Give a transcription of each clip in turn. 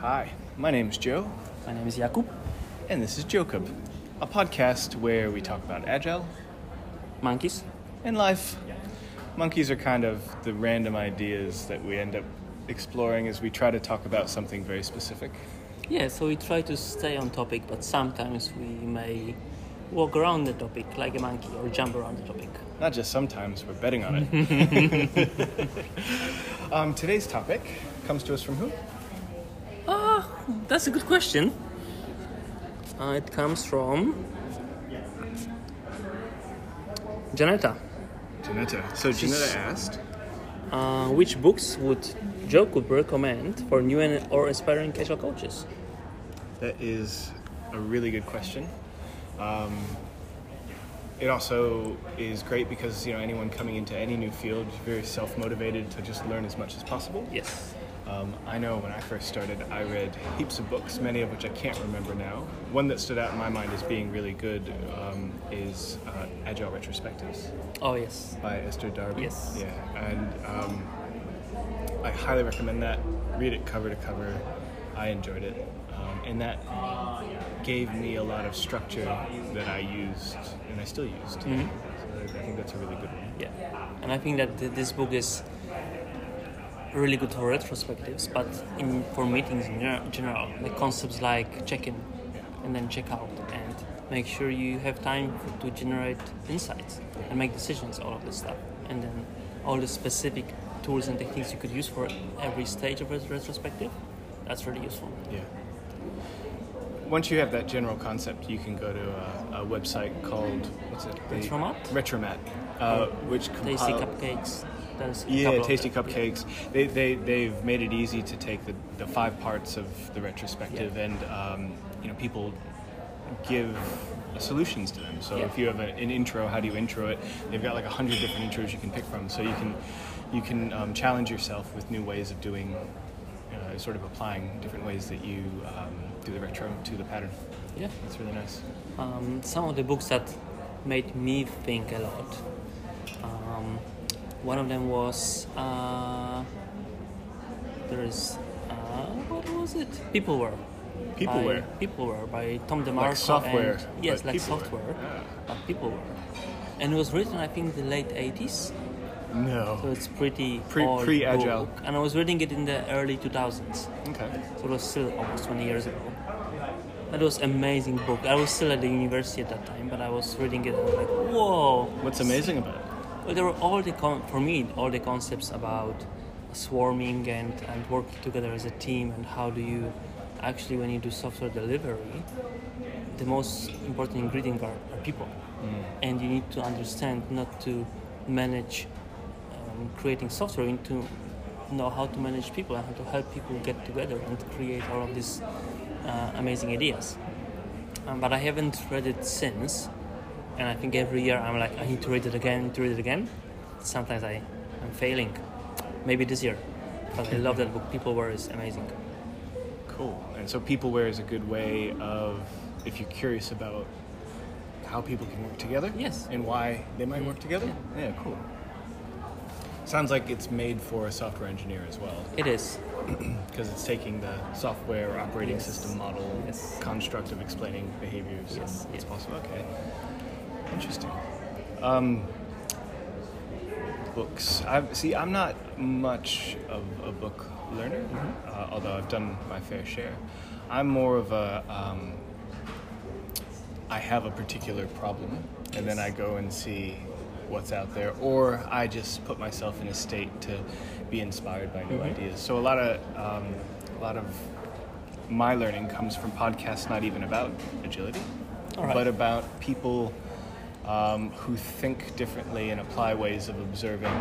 My name is Joe, My name is Jakub. and this is Jocob, a podcast where we talk about agile Monkeys. and life. Monkeys are kind of the random ideas that we end up exploring as we try to talk about something very specific. Yeah, so we try to stay on topic, but sometimes we may walk around the topic like a monkey or jump around the topic. Not just sometimes, we're betting on it. um, today's topic comes to us from who? Ah, that's a good question. Uh, it comes from Janetta. Janetta. So She's- Janetta asked. Uh, which books would Joe could recommend for new and or aspiring casual coaches? That is a really good question. Um, it also is great because you know anyone coming into any new field is very self-motivated to just learn as much as possible. Yes. Um, I know when I first started, I read heaps of books, many of which I can't remember now. One that stood out in my mind as being really good um, is uh, Agile Retrospectives Oh yes. by Esther Darby. Yes. Yeah, and um, I highly recommend that. Read it cover to cover. I enjoyed it, um, and that gave me a lot of structure that I used and I still used. Mm-hmm. So I think that's a really good one. Yeah, and I think that th- this book is really good for retrospectives, but in, for meetings in gener- general, like concepts like check-in and then check-out, and make sure you have time f- to generate insights and make decisions, all of this stuff, and then all the specific tools and techniques you could use for every stage of a retrospective. That's really useful. Yeah. Once you have that general concept, you can go to a, a website called what's it? The- Retromat? Retromat, uh, which Tasty compile- cupcakes. There's a couple Yeah, of tasty them. Yeah. cupcakes. They, they, they've made it easy to take the, the five parts of the retrospective, Yeah. and um, you know people give solutions to them. So Yeah. if you have a, an intro, how do you intro it? They've got like a hundred different intros you can pick from, so you can you can um, challenge yourself with new ways of doing, uh, sort of applying different ways that you um, do the retro to the pattern. Yeah. That's really nice. um, some of the books that made me think a lot. Um, one of them was uh, there is uh, what was it? Peopleware. Peopleware? By, Peopleware by Tom DeMarco. and- software, but yes, like Peopleware. software, Ah. but Peopleware. And it was written, I think, in the late '80s, so No. it's pretty Pre- old pre-agile. book. And I was reading it in the early 2000s. Okay. So it was still almost 20 years ago. That was amazing book. I was still at the university at that time, but I was reading it and I was like, whoa. What's amazing about it? Well, there were all the con- for me all the concepts about swarming and and working together as a team and how do you actually when you do software delivery, the most important ingredient are, are people, and you need to understand not to manage um, creating software, you need to know how to manage people and how to help people get together and create all of these uh, amazing ideas. Um, but I haven't read it since and I think every year I'm like, I need to read it again, need to read it again. Sometimes I, I'm failing. Maybe this year, but I love that book. People Were is amazing. Cool. And so peopleware is a good way of, if you're curious about how people can work together, Yes. and why they might work together. Yeah, cool. Sounds like it's made for a software engineer as well, It is. because it's taking the software operating Yes. system model Yes. construct of explaining behaviors. Yes, and it's yeah. possible. Okay, interesting. books. I see. I'm not much of a book learner, uh, although I've done my fair share. I'm more of a. Um, I have a particular problem, and then I go and see what's out there, or I just put myself in a state to be inspired by new ideas. So a lot of um, a lot of my learning comes from podcasts, not even about agility, All right. but about people um, who think differently and apply ways of observing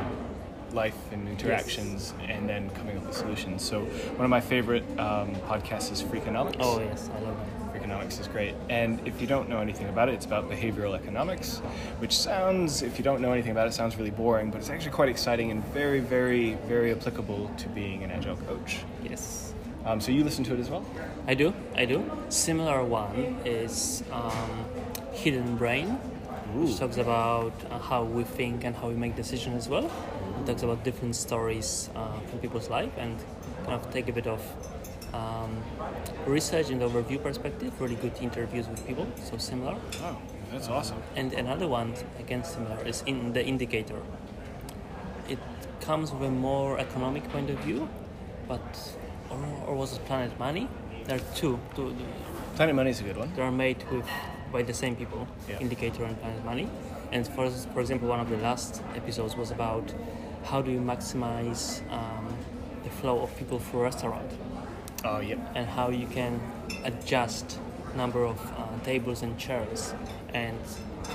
life and interactions and then coming up with solutions. So, one of my favorite um, podcasts is Freakonomics. Oh yes, I love it. Freakonomics is great. And if you don't know anything about it, it's about behavioral economics, which sounds, if you don't know anything about it, sounds really boring, but it's actually quite exciting and very, very, very applicable to being an agile coach. Yes, Um, so, you listen to it as well? I do. I do. Similar one is um, Hidden Brain, which talks about uh, how we think and how we make decisions as well. It talks about different stories uh, from people's life and kind of take a bit of um, research and overview perspective, really good interviews with people, so similar. Oh, that's awesome. And another one, again similar, is in the indicator. It comes with a more economic point of view, but or, or was it Planet Money? There are two, two. Planet Money's a good one. They are made with by the same people, Yeah. Indicator and Planet Money. And for for example, one of the last episodes was about how do you maximize um, the flow of people through a restaurant Oh, yep. and how you can adjust number of uh, tables and chairs. And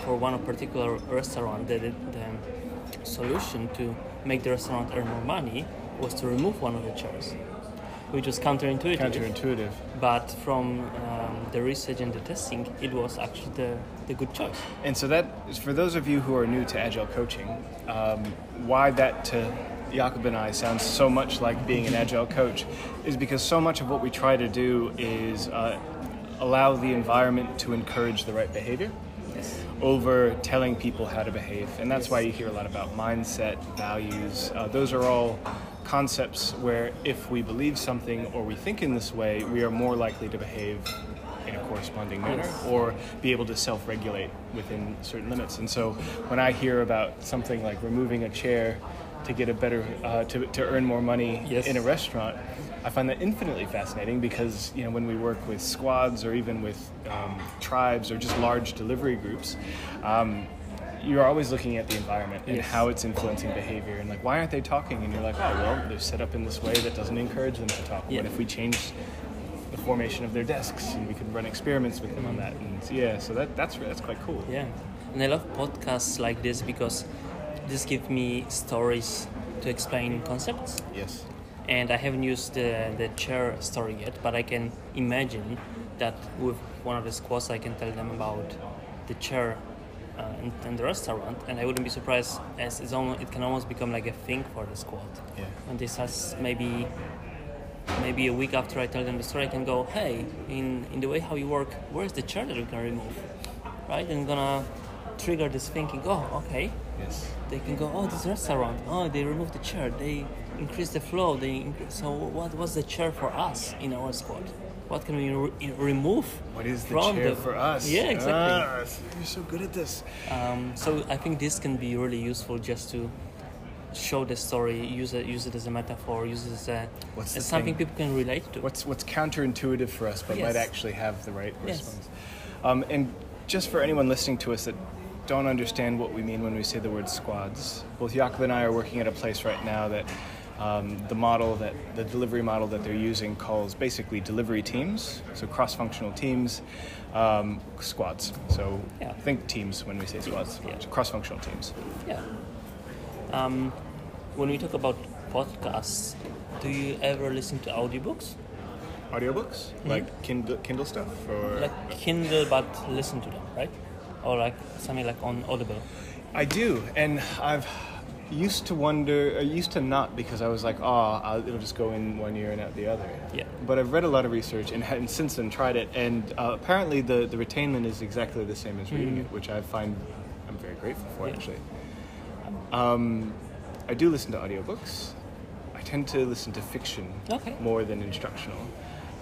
for one particular restaurant, the, the, the solution to make the restaurant earn more money was to remove one of the chairs, which was counterintuitive. Counterintuitive. But from um, the research and the testing, it was actually the, the good choice. And so that is for those of you who are new to agile coaching, um, why that to Jakob and I sounds so much like being an agile coach is because so much of what we try to do is uh, allow the environment to encourage the right behavior over telling people how to behave. And that's why you hear a lot about mindset, values. Uh, those are all concepts where if we believe something or we think in this way, we are more likely to behave in a corresponding manner Yes. or be able to self regulate within certain limits. And so when I hear about something like removing a chair to get a better, uh, to, to earn more money Yes. in a restaurant, I find that infinitely fascinating because you know when we work with squads or even with um, tribes or just large delivery groups, um, you're always looking at the environment and Yes. how it's influencing behavior and like why aren't they talking? And you're like, oh well, they're set up in this way that doesn't encourage them to talk. Yeah. What if we change the formation of their desks and we could run experiments with them on that? And yeah, so that that's that's quite cool. Yeah, and I love podcasts like this because this gives me stories to explain concepts. Yes. and I haven't used the, the chair story yet, but I can imagine that with one of the squads, I can tell them about the chair uh, in, in the restaurant, and I wouldn't be surprised as it's almost, it can almost become like a thing for the squad. Yeah. And this has maybe maybe a week after I tell them the story, I can go, hey, in, in the way how you work, where's the chair that we can remove, right? And gonna trigger this thinking. Oh, okay, Yes. they can go, oh, this restaurant, oh, they removed the chair, they increased the flow, they incre- so what was the chair for us in our squad? What can we re- remove? What is the from chair for us? Yeah, exactly. Ah, you're so good at this. Um, so I think this can be really useful just to show the story, use it, use it as a metaphor, use it as, a, What's as the something thing? people can relate to. what's what's counterintuitive for us, but might Yes. actually have the right Yes. response. Um, and just for anyone listening to us that don't understand what we mean when we say the word squads, both Jakob and I are working at a place right now that um, the model that the delivery model that they're using calls basically delivery teams, so cross-functional teams, um, squads. So Yeah. think teams when we say squads, yeah. So cross-functional teams. Yeah. Um, when we talk about podcasts, do you ever listen to audiobooks? Audiobooks like Kindle, Kindle stuff or Mm-hmm. Like Kindle, but listen to them, right? Or like something like on Audible. I do, and I've used to wonder, I used to not because I was like, oh, I'll, it'll just go in one ear and out the other. Yeah. But I've read a lot of research and, had- and since then tried it, and uh, apparently the, the retainment is exactly the same as reading it, which I find I'm very grateful for Hmm. Yeah. actually. Um, I do listen to audiobooks. I tend to listen to fiction Okay. more than instructional,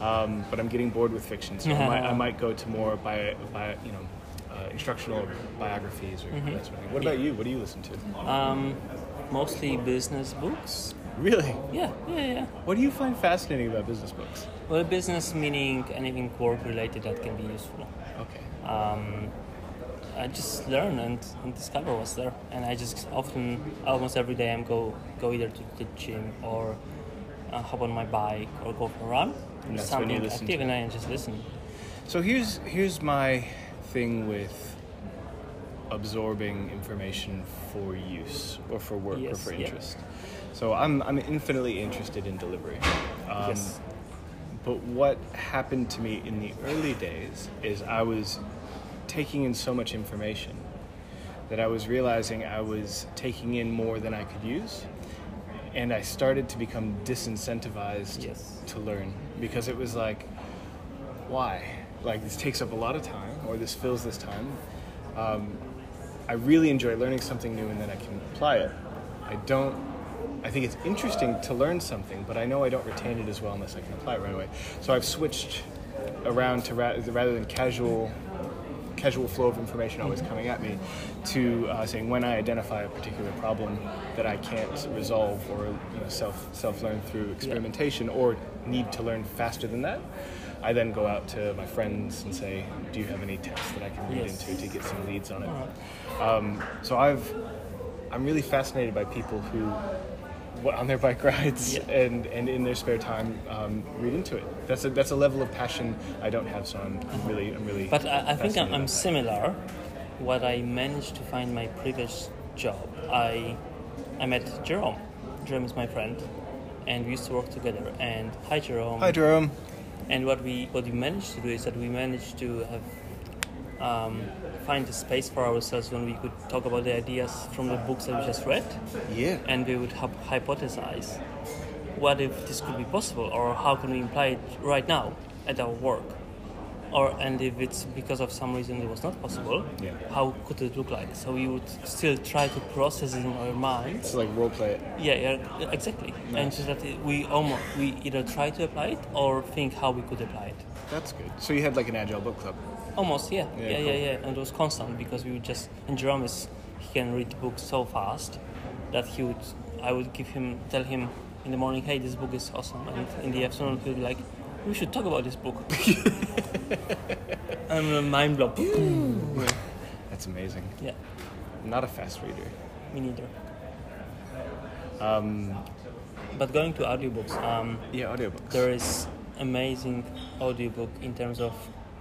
um, but I'm getting bored with fiction, so I, might, I might go to more by by you know. Uh, instructional biographies or Mm-hmm. that sort of thing. What about you? What do you listen to? Um, mostly business books. Really? Yeah, yeah, yeah. What do you find fascinating about business books? Well, business meaning anything work related that can be useful. Okay. Um, I just learn and, and discover what's there, and I just often, almost every day, I'm go go either to the gym or uh, hop on my bike or go for a run. And that's when you Something listen active, to- and I just listen. So here's here's my thing with absorbing information for use or for work or Yes, for yeah. interest. So I'm I'm infinitely interested in delivery. Um, yes. But what happened to me in the early days is I was taking in so much information that I was realizing I was taking in more than I could use. And I started to become disincentivized Yes. to learn because it was like, why? Like, this takes up a lot of time, or this fills this time. Um, I really enjoy learning something new and then I can apply it. I don't I think it's interesting to learn something, but I know I don't retain it as well unless I can apply it right away. So I've switched around to ra- rather than casual casual flow of information always coming at me to uh, saying when I identify a particular problem that I can't resolve or you know, self self learn through experimentation or need to learn faster than that. I then go out to my friends and say, "Do you have any tests that I can read Yes. into to get some leads on it?" Um, so I've I'm really fascinated by people who wa- on their bike rides Yeah. and, and in their spare time um, read into it. That's a that's a level of passion I don't have, so I'm I'm really I'm really. But I, I think fascinated I'm, by I'm it. similar. What I managed to find my previous job, I I met Jerome. Jerome is my friend, and we used to work together. And hi, Jerome. Hi, Jerome. And what we what we managed to do is that we managed to have um, find a space for ourselves when we could talk about the ideas from the books that we just read, Yeah. and we would hyp- hypothesize what if this could be possible, or how can we imply it right now at our work, or and if it's because of some reason it was not possible, Yeah. how could it look like? So we would still try to process it in our minds It's like role play it. yeah, yeah, exactly. And so that it- we almost we either try to apply it or think how we could apply it. That's good. So you had like an agile book club. Almost, yeah, Yeah, yeah, yeah, cool. yeah, And it was constant because we would just and Jerome is he can read books so fast that he would I would give him tell him in the morning, hey, this book is awesome, and in the afternoon he'll be like, we should talk about this book. I'm a mind blow. That's amazing. yeah, I'm not a fast reader. me neither. Um, but going to audiobooks. Um, Yeah, audiobooks. there is amazing audiobook in terms of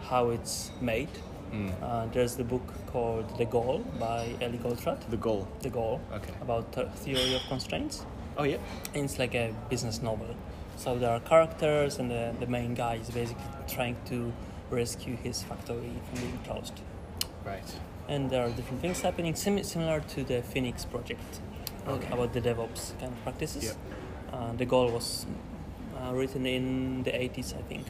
how it's made. Uh, there's the book called The Goal by Ellie Goldratt. the goal. The Goal, Okay. about the theory of constraints. Oh yeah. And it's like a business novel. So there are characters, and the, the main guy is basically trying to rescue his factory from being closed. Right. And there are different things happening, sim- similar to the Phoenix project uh, about the DevOps kind of practices. Yep. Uh, the goal was uh, written in the 80s, I think.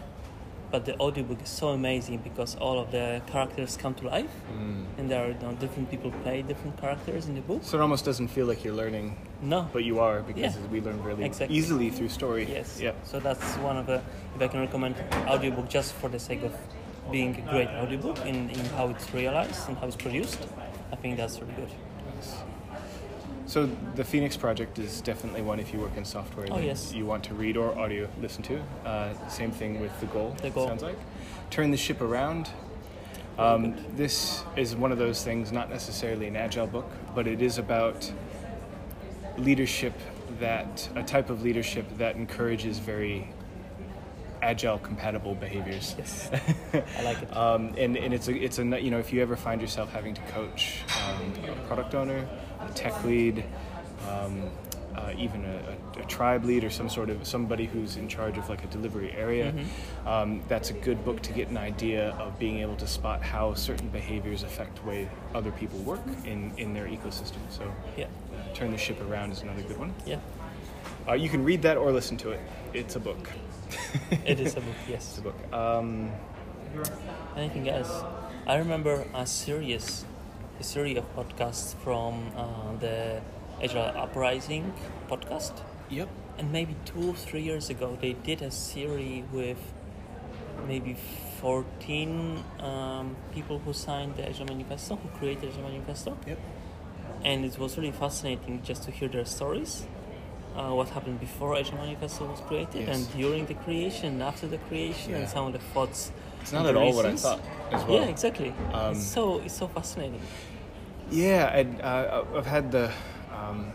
But the audiobook is so amazing because all of the characters come to life, Mm. and there are you know, different people play different characters in the book. So it almost doesn't feel like you're learning, No, but you are because Yeah. we learn really Exactly. easily through story. yes. Yeah. So that's one of the, if I can recommend audiobook just for the sake of being a great audiobook in, in how it's realized and how it's produced, I think that's really good. So the Phoenix Project is definitely one if you work in software Oh, that yes. you want to read or audio listen to. Uh, same thing with the goal. The Goal. sounds like turn the ship around. Um, this is one of those things, not necessarily an agile book, but it is about leadership that a type of leadership that encourages very agile compatible behaviors. Yes, I like it. Um, and, and it's a, it's a you know if you ever find yourself having to coach um, a product owner, a tech lead, um, uh, even a, a, a tribe lead or some sort of somebody who's in charge of like a delivery area, um, that's a good book to get an idea of being able to spot how certain behaviors affect the way other people work in, in their ecosystem. So Yeah, uh, turn the ship around is another good one. yeah. Uh, you can read that or listen to it. It's a book. It is a book, It's yes. a book. Um, Anything else? I remember a series, a series of podcasts from uh, the Agile Uprising podcast, yep. and maybe two or three years ago they did a series with maybe 14 um, people who signed the Agile Manifesto, who created Agile Manifesto, Yep. and it was really fascinating just to hear their stories. Uh, what happened before Agile Manifesto was created, Yes. and during the creation, and after the creation, Yeah. and some of the thoughts. It's not and the at all what I reasons. thought as well. Yeah, exactly. Um, it's so it's so fascinating. Yeah, and uh, I've had the um,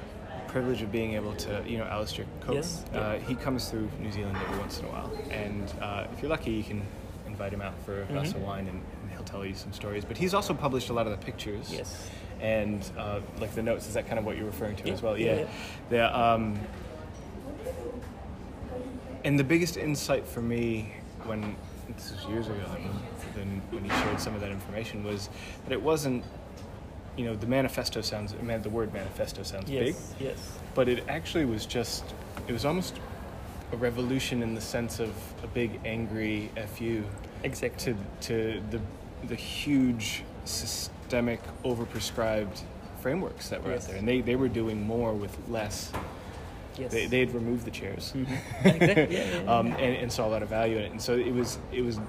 privilege of being able to, you know, Alistair Coburn. Yes, yeah. Uh, he comes through New Zealand every once in a while, and uh, if you're lucky, you can invite him out for a glass Mm-hmm. of wine, and, and he'll tell you some stories. But he's also published a lot of the pictures. Yes. And uh, like the notes, is that kind of what you're referring to Yeah, as well? yeah, Yeah. yeah. The, um, and the biggest insight for me when this was years ago, then when he shared some of that information was that it wasn't you know the manifesto sounds I mean, the word manifesto sounds big Yes, yes, but it actually was just it was almost a revolution in the sense of a big angry fu exactly. to to the the huge systemic overprescribed frameworks that were Yes. out there and they, they were doing more with less Yes. Mm-hmm. They, they had removed the chairs Exactly, yeah, yeah, yeah. um, and, and saw a lot of value in it. And so it was, it was.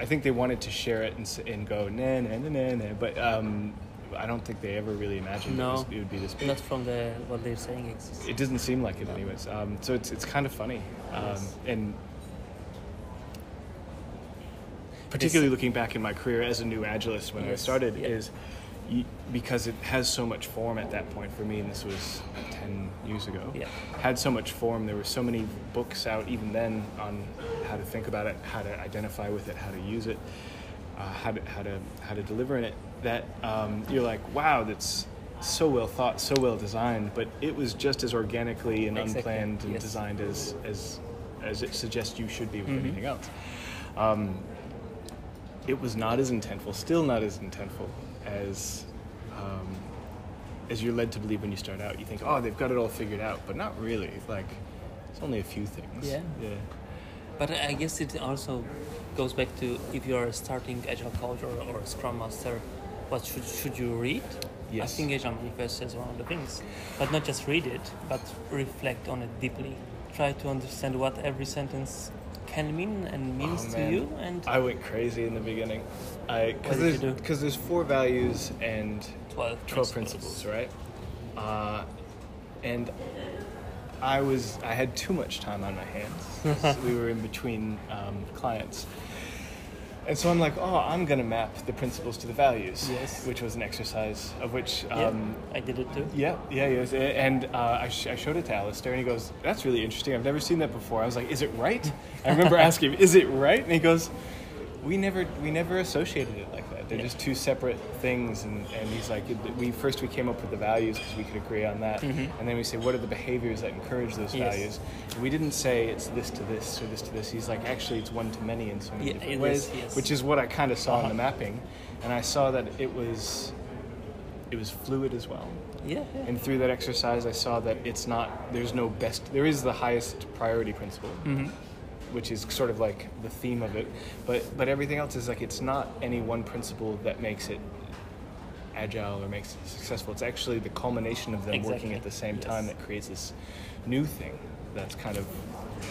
I think they wanted to share it and, s- and go nah nah nah nah nah, but um, I don't think they ever really imagined it, No, was, it would be this big. not from the what they're saying exists. It doesn't seem like it, anyways. Um, so it's it's kind of funny, um, Yes. and particularly looking back in my career as a new agilist when I Yes, started yeah. is y- because it has so much form at that point for me, and this was ten years ago. Yeah. had so much form. There were so many books out even then on how to think about it, how to identify with it, how to use it, uh, how to how to how to deliver in it. That um, you're like, wow, that's so well thought, so well designed, but it was just as organically and Exactly, unplanned and yes. designed as as as it suggests you should be with Mhm. anything else. Um, it was not as intentful, still not as intentful as um, as you're led to believe when you start out. You think, oh, they've got it all figured out, but not really. Like, it's only a few things. Yeah. Yeah. But I guess it also goes back to if you are starting agile coach or, or scrum master, what should should you read? Yes. I think agile manifest is one of the things, but not just read it, but reflect on it deeply. Try to understand what every sentence can mean and means Oh, to man. you, and I went crazy in the beginning. I What because did there's you do? because there's four values and twelve twelve principles, right? Uh, and I was I had too much time on my hands. 'cause we were in between um, clients. And so I'm like, oh, I'm gonna map the principles to the values, Yes. which was an exercise of which Yeah, um, I did it too. Yeah, yeah, yes. And uh, I, sh- I showed it to Alistair, and he goes, "That's really interesting. I've never seen that before." I was like, "Is it right?" I remember asking him, "Is it right?" And he goes, "We never, we never associated it like that. They're Yeah. just two separate things." And, and he's like, it- "We first we came up with the values because we could agree on that, and then we say, what are the behaviors that encourage those Mm-hmm. Yes. values?" And we didn't say it's this to this or this to this. He's like, "Actually, it's one to many in so many Yeah, different it ways," is, yes. Uh-huh. which is what I kind of saw in the mapping, and I saw that it was. It was fluid as well. Yeah, yeah. And through that exercise, I saw that it's not, there's no best, there is the highest priority principle, Mm-hmm. which is sort of like the theme of it. But, but everything else is like, it's not any one principle that makes it agile or makes it successful. It's actually the culmination of them working Exactly. at the same Yes. time that creates this new thing that's kind of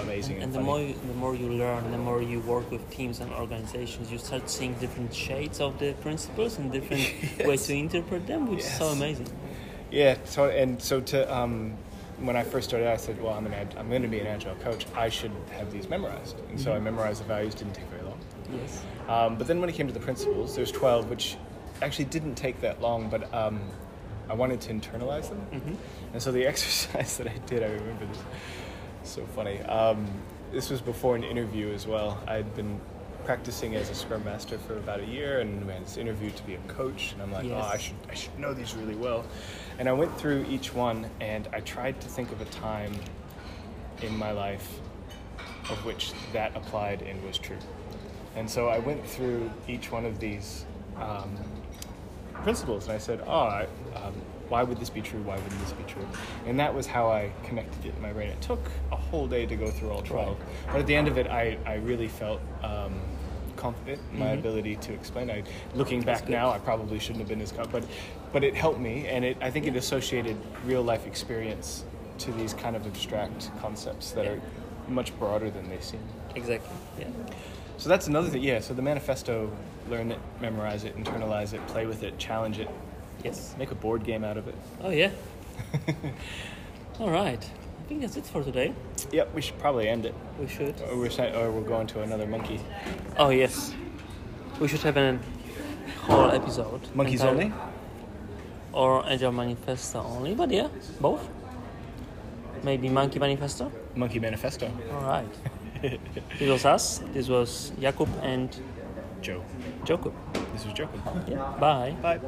amazing and, And the funny. more you, the more you learn, the more you work with teams and organizations, you start seeing different shades of the principles and different ways to interpret them, which is so Yes. amazing. Yeah. So and so to um, when I first started, I said, "Well, I'm an ad- I'm going to be an agile coach. I should have these memorized." And so I Mm-hmm. memorized the values. Didn't take very long. Yes. Um, but then when it came to the principles, there's 12, which actually didn't take that long, but um, I wanted to internalize them. And so the exercise that I did, I remember this, so funny. Um, this was before an interview as well. I'd been practicing as a scrum master for about a year, and we had this interview to be a coach, and I'm like, Yes. oh, I should, I should know these really well. And I went through each one, and I tried to think of a time in my life of which that applied and was true. And so I went through each one of these um, principles and I said, oh, I, um, why would this be true? Why wouldn't this be true? And that was how I connected it in my brain. It took a whole day to go through all 12. But at the end of it, I, I really felt um, confident in my ability to explain. I, looking Mm-hmm. That's back good. now, I probably shouldn't have been as confident, but, but it helped me and it, I think it associated real life experience to these kind of abstract concepts that Yeah. are much broader than they seem. Exactly. Yeah. So that's another thing. Yeah. So the manifesto: learn it, memorize it, internalize it, play with it, challenge it, Yes. make a board game out of it. Oh yeah. All right. I think that's it for today. Yep. We should probably end it, We should. or we're si- or we're going to another monkey. Oh yes. We should have an whole episode. Monkeys entire- only. Or Agile Manifesto only, but yeah, both. Maybe Monkey Manifesto. Monkey manifesto. All right. this was us. This was Jakub and Joe. Jakub. This was Joe. Yeah. Bye. Bye.